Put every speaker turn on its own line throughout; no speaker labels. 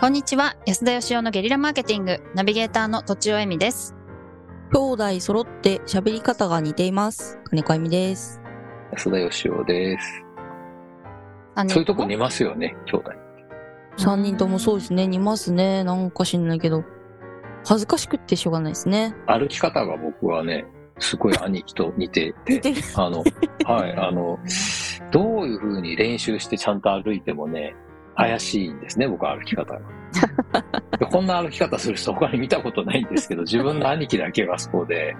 こんにちは安田義雄のゲリラマーケティングナビゲーターのとちおえみです
兄弟揃って喋り方が似ています。金子あゆみです。
安田義雄です。
あの
そういうとこ似ますよね、兄弟。
三人ともそうですね。似ますね。なんか知んないけど。恥ずかしくってしょうがないですね。
歩き方が僕はね、すごい兄貴と似て
似て
て、
る。
あの、はい、あの、どういう風に練習してちゃんと歩いてもね、怪しいんですね、僕は歩き方が。でこんな歩き方する人他に見たことないんですけど、自分の兄貴だけがそうで、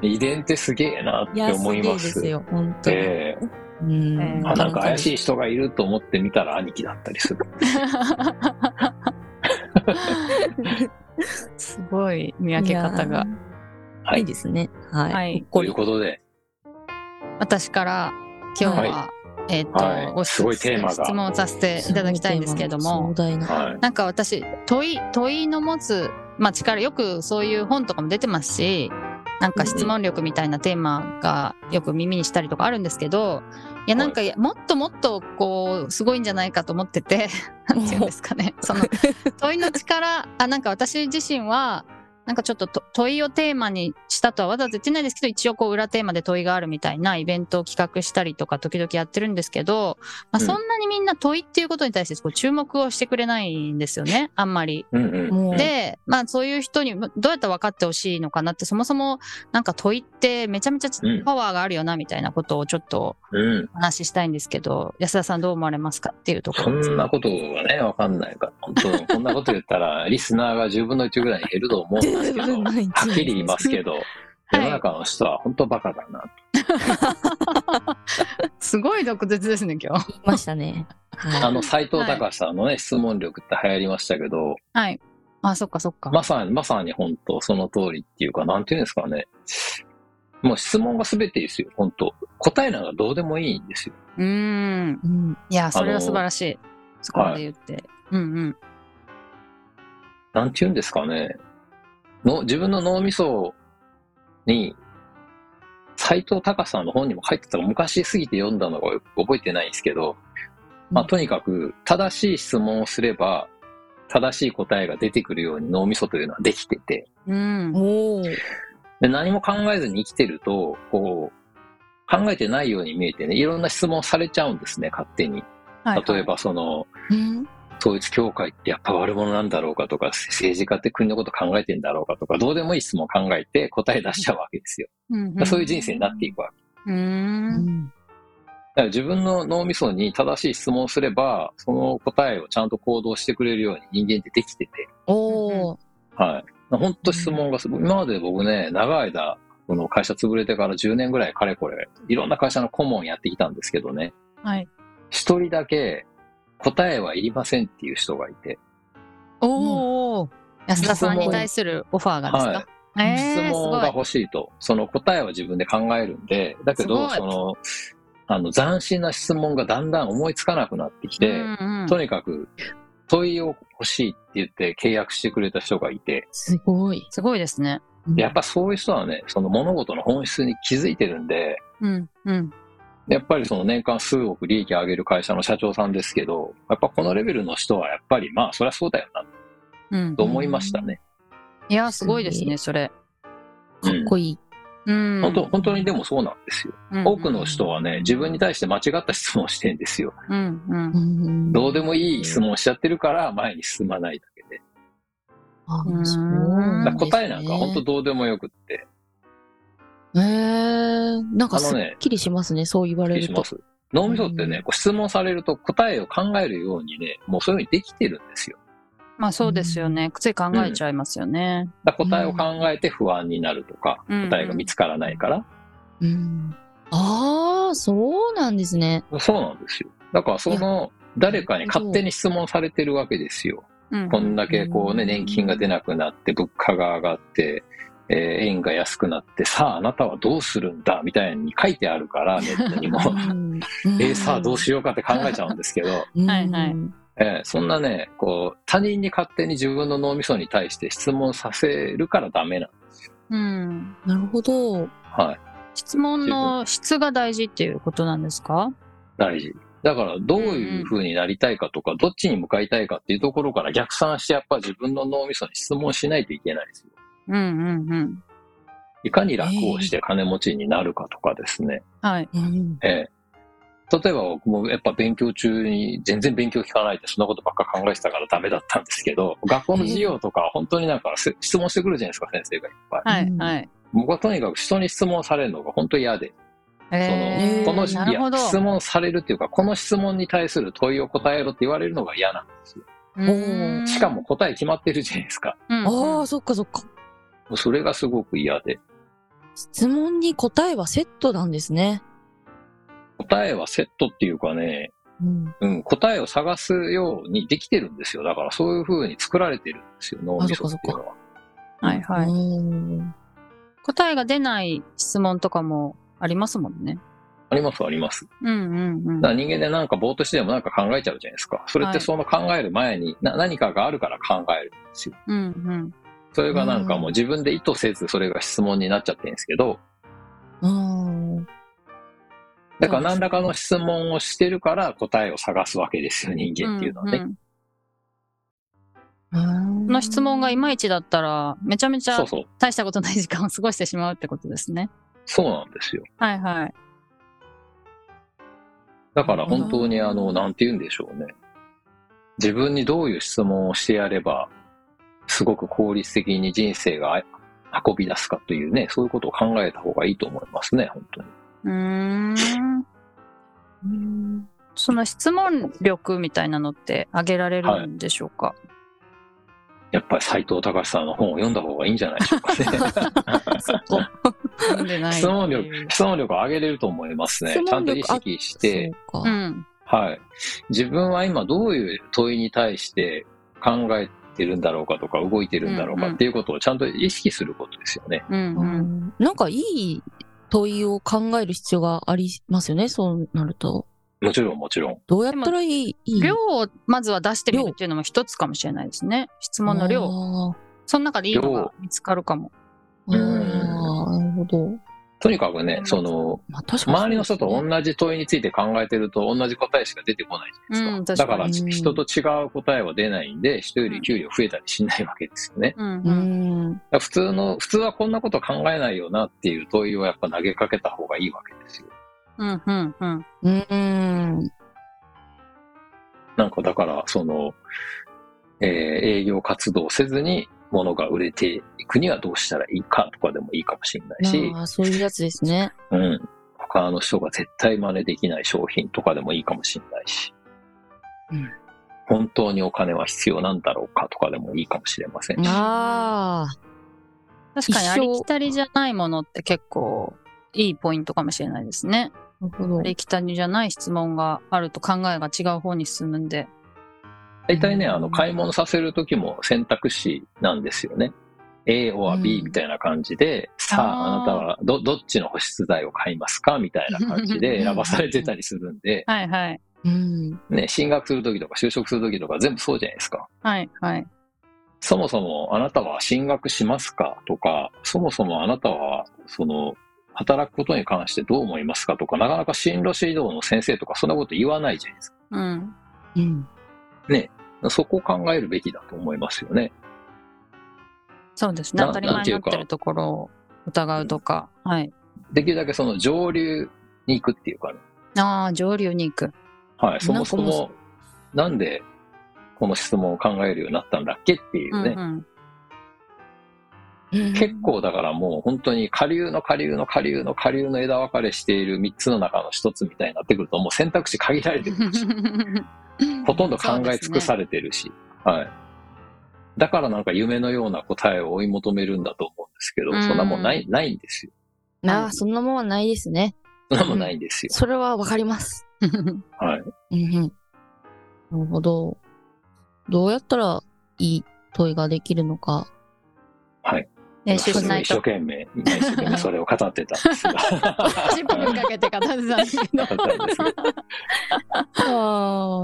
遺伝ってすげえなっ
い
て
や、
思います。
げえですすよ。本当に。
ええ
うん
ええ
あなんか怪
い。
しい人がいると思ってみたら兄貴だったりする。
すごい見分け方
いや
が
ー。
はい
いいですね。はい。
はい
ほ
と
っこ
い
り
うことで、
私から今日は、えっ、と、
はい
ご
すごいテーマが
質問をさせていただきたいんですけれども
壮大な。
はい。
なんか私問い問いの持つ、まあ、力よくそういう本とかも出てますしなんか質問力みたいなテーマがよく耳にしたりとかあるんですけどいやなんかいやもっともっとこうすごいんじゃないかと思ってて なんていうんですかねその問いの力あなんか私自身はなんかちょっとと問いをテーマにしたとはわざわざ言ってないですけど一応こう裏テーマで問いがあるみたいなイベントを企画したりとか時々やってるんですけど、まあ、
うん
そんなにみんな問いっていうことに対してこう注目をしてくれないんですよねあんまり。
うんうん。
もう
で、まあそういう人にどうやったら分かってほしいのかなってそもそもなんか問いってめちゃめちゃ
うん
パワーがあるよなみたいなことをちょっと
うん。
お話ししたいんですけど安田さんどう思われますかっていうとこ
そ
ろです
んなことがね、わかんないから、本当、こんなこと言った ら、リスナーが10分の1ぐらいに減ると思うんですけど、 はっきり言いますけど、世の中の人は本当バカだな。
すごい毒舌ですね今日
言いましたね。はい
あの、斎藤隆さんのね、質問力って流行りましたけど、
はいあそっかそっか、
まさに、まさに本当、その通りっていうか、なんていうんですかね。もう質問が全てですよ、本当。答えなんかどうでもいいんですよ。
うーん
うん。
いやそれは素晴らしい、そこまで言って、うんうん
なんていうんですかね。の自分の脳みそに、斎藤隆さんの本にも書いてたら昔すぎて読んだのが覚えてないんですけど、まあ、とにかく正しい質問をすれば正しい答えが出てくるように脳みそというのはできてて、
うん
おー
で何も考えずに生きてると、こう、考えてないように見えてね、いろんな質問されちゃうんですね、勝手に。
はい
例えば、その、
うん
統一教会ってやっぱ悪者なんだろうかとか、政治家って国のこと考えてんだろうかとか、どうでもいい質問を考えて答え出しちゃうわけですよ。
うんうん、
そういう人生になっていくわけ。
うー
うんん
だから自分の脳みそに正しい質問をすれば、その答えをちゃんと行動してくれるように人間ってできてて、
おー
はい。本当質問がすごい。今まで僕ね、長い間、この会社潰れてから10年ぐらいかれこれ、いろんな会社の顧問やってきたんですけどね、
はい
一人だけ答えはいりませんっていう人がいて、
おお、安田さんに対するオファーがですか、
はい
え
質
ー、すご
問が
い。
欲しいと、その答えは自分で考えるんで、だけど、
す
そ
ごい
の、あの、斬新な質問がだんだん思いつかなくなってきて、
うんうん
とにかく問いを欲しいって言って契約してくれた人がいて、
すごい。
すごいですね。
でやっぱそういう人はね、その物事の本質に気づいてるんで、
うんうん。
やっぱりその年間数億利益上げる会社の社長さんですけど、やっぱこのレベルの人はやっぱりまあそりゃそうだよな
うん
と、思いましたね。
いや、すごいですね、それ。
かっこいい。
うん、
本当、本当にでもそうなんです
う
よ。
んうん
多くの人はね、自分に対して間違った質問をしてんですよ。
うんうん
うん
どうでもいい質問をしちゃってるから前に進まないだけで。
あ
うん
そうな
だ
んです
から
ね
答えなんか本当どうでもよくって、
えー、なんかす
あの
っ
ね
きりしますね、そう言われる
気し
と
ま。す。脳みそって
う
ね
ん、
こう質問されると答えを考えるようにね、もうそういうふうにできてるんですよ。
まあそうですよね。つい考えちゃいますよね。
だから答えを考えて不安になるとか、
うん
答えが見つからないから、
うん、ああ、そうなんです ね。
そうなんですよ。だからその、誰かに勝手に質問されてるわけですよ。
うん
こんだけこうね、年金が出なくなって、物価が上がって、えー円が安くなって、さああなたはどうするんだみたいに書いてあるから、ネットにも。
うん
えーさあどうしようかって考えちゃうんですけど、
うん
はいはい
えーそんなね、こう、他人に勝手に自分の脳みそに対して質問させるからダメなの。
うん。
なるほど。
はい。
質問の質が大事っていうことなんですか
大事。だから、どういう風になりたいかとか、どっちに向かいたいかっていうところから逆算して、やっぱ自分の脳みそに質問しないといけないですよ。
うんうんうん。
いかに楽をして金持ちになるかとかですね。
はい。
うん
ええ。例えば僕もやっぱ勉強中に全然勉強聞かないでそんなことばっか考えてたからダメだったんですけど、学校の授業とか本当になんかせ質問してくるじゃないですか、先生がいっぱい。
はいはい。
僕はとにかく人に質問されるのが本当に嫌で、
えー、
その、この、
ないるほ
や、
ど。
質問されるっていうか、この質問に対する問いを答えろって言われるのが嫌なんですよ。
うん
しかも、答え決まってるじゃないですか。
うん
ああ、そっかそっか。
それがすごく嫌で。
質問に答えはセットなんですね。
答えはセットっていうかね、
うん、
うん、答えを探すようにできてるんですよ。だからそういう風に作られてるんですよ、脳みそっていうのは。
はいはい。
うん
答えが出ない質問とかもありますもんね。
ありますあります。
うんうんうん
だから人間でなんかぼーっとしてでもなんか考えちゃうじゃないですか。それっ
は
て
い
その考える前にな何かがあるから考えるんですよ。
うん
それがなんかもう自分で意図せずそれが質問になっちゃってるんですけど、
うん
だから何らかの質問をしてるから答えを探すわけですよ、人
うん。
間っていうのはね。
んん
うん
この質問がいまいちだったら、めちゃめち
そ
ゃ
うそう。
大したことない時間を過ごしてしまうってことですね。
そうなんですよ。
はいはい。
だから本当に
うん
あの、なんて言うんでしょうね。自分にどういう質問をしてやれば、すごく効率的に人生が運び出すかというね、そういうことを考えた方がいいと思いますね、本当に。
うーん。
うん
その質問力みたいなのって上げられるんでしょうか、
やっぱり斎藤隆さんの本を読んだ方がいいんじゃないでしょうかね。
そこ。読んでないって
質
いう
問力、質問力を上げれると思いますね
質問。力
ちゃんと意識して、
そう
う
か。
ん。
はい。自分は今どういう問いに対して考えてるんだろうかとか動いてるんだろう
うん
か
うん
っていうことをちゃんと意識することですよね。
うん
う
うん。
んなんかいい問いを考える必要がありますよね、そうなると。
もちろんもちろん。
どうやったらいいいい
量をまずは出してみるっていうのも一つかもしれないですね。質問の量。
あ
その中でいいのが見つかるかも。
ーあー、なるほど。
とにかくね、その、
まあ、確かに、
周りの人と同じ問いについて考えてると同じ答えしか出てこないじゃないですか。
うん確
だ
か
から
に
人と違う答えは出ないんで、人より給料増えたりしないわけですよね。
うん
う
うん
ん。
だから普通の、普通はこんなこと考えないよなっていう問いをやっぱ投げかけた方がいいわけですよ。
うんうんうん。
うん。
なんかだから、その、えー営業活動せずに物が売れていくにはどうしたらいいかとかでもいいかもしれないし、
まあ、そういうやつですね。
うん。他の人が絶対真似できない商品とかでもいいかもしれないし、
うん
本当にお金は必要なんだろうかとかでもいいかもしれませんし、
ああ、
確かに
一生
ありきたりじゃないものって結構いいポイントかもしれないですね。
なるほど
あ。りきたりじゃない質問があると考えが違う方に進むんで。
大体ね、あの、買い物させる時も選択肢なんですよね。A or
う
B
ん
みたいな感じで、さあ、あ
あー
なたはど、どっちの保湿剤を買いますかみたいな感じで選ばされてたりするんで、
はいはい。
うん。
ね、進学するときとか就職するときとか全部そうじゃないですか。
はいはい。
そもそもあなたは進学しますかとか、そもそもあなたは、その、働くことに関してどう思いますかとか、なかなか進路指導の先生とかそんなこと言わないじゃないです
うん。
うん。
か。そこを考えるべきだと思いますよね。
そうですね。
な
当たり前になっ
なんて
て
いう
る
か
ところを疑うとか。はい。
できるだけその上流に行くっていうかね。
ああ、上流に行く。
はい、そもそ
なんかも
も、なんでこの質問を考えるようになったんだっけっていううんね。
うん。
結構だからもう本当に下流の下流の下流の下流の枝分かれしている3つの中の1つみたいになってくるともう選択肢限られてくるしほとんど考え尽くされてるし、はい、だからなんか夢のような答えを追い求めるんだと思うんですけど
うん
そんなもんないないんですよ
ああ、そんなもんはないですね。
そんなもんないんですよ、
それはわかります。
そうですね。
はい、
うんうん。なるほど。どうやったらいい問いができるのか。
練習しない
一生
と。
懸命今一生懸命それを語ってたんです が
10分かけて片付けたんですけど。
語ったんですけど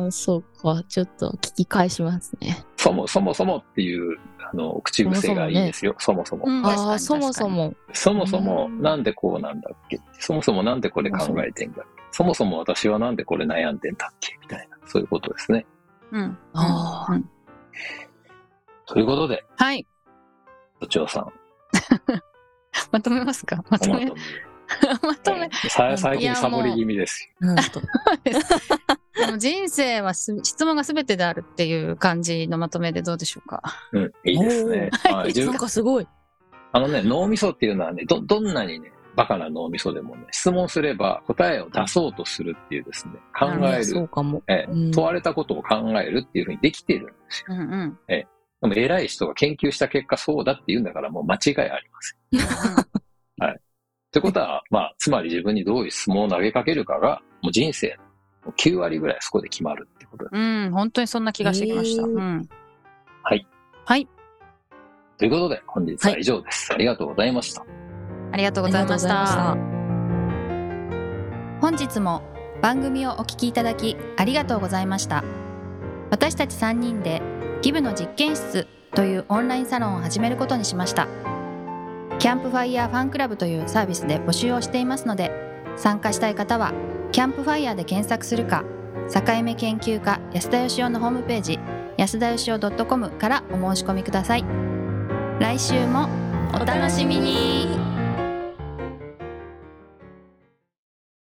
ああ、そうか。ちょっと聞き返しますね。
そもそもそもっていうあの口癖がいいですよそもそも
うん確かに
ああ、そもそも。
そもそも
うん
なんでこうなんだっけそもそもなんでこれ考えてんだっけそもそも私はなんでこれ悩んでんだっけみたいな、そういうことですね。
うん。
あ
うん
ということで、
はい。
部長さん、
まとめますかま
お
と
ま
め
と、
まとめ
め。。さ最近サボり気味です
あ、なんと。
でも人生はす質問が全てであるっていう感じのまとめでどうでしょうか。
よ。うん、いいですね。はい、じゅう
なんかす ごい。
あのね、脳みそっていうのはね、ど、どんなにね、バカな脳みそでもね、質問すれば答えを出そうとするっていうですね、考
な
え
そ
る、
うかも。
ええ
うん
問われたことを考えるっていうふうにできてる。
うんうん。うん
でも偉い人が研究した結果そうだって言うんだからもう間違いありません。ってことは、まあ、つまり自分にどういう質問を投げかけるかが、もう人生の9割ぐらいそこで決まるってことだ。
うん、うん本当にそんな気がしてきました。
へー
うん。
ということで、本日は以上です。ありがとうございました。
ありがとうございまし
ありがとうございましたた。
本日も番組をお聞きいただきありがとうございました私たち3人でギブの実験室というオンラインサロンを始めることにしましたキャンプファイヤーファンクラブというサービスで募集をしていますので参加したい方はキャンプファイヤーで検索するか境目研究家安田義雄のホームページ安田義雄 .com からお申し込みください来週もお楽しみに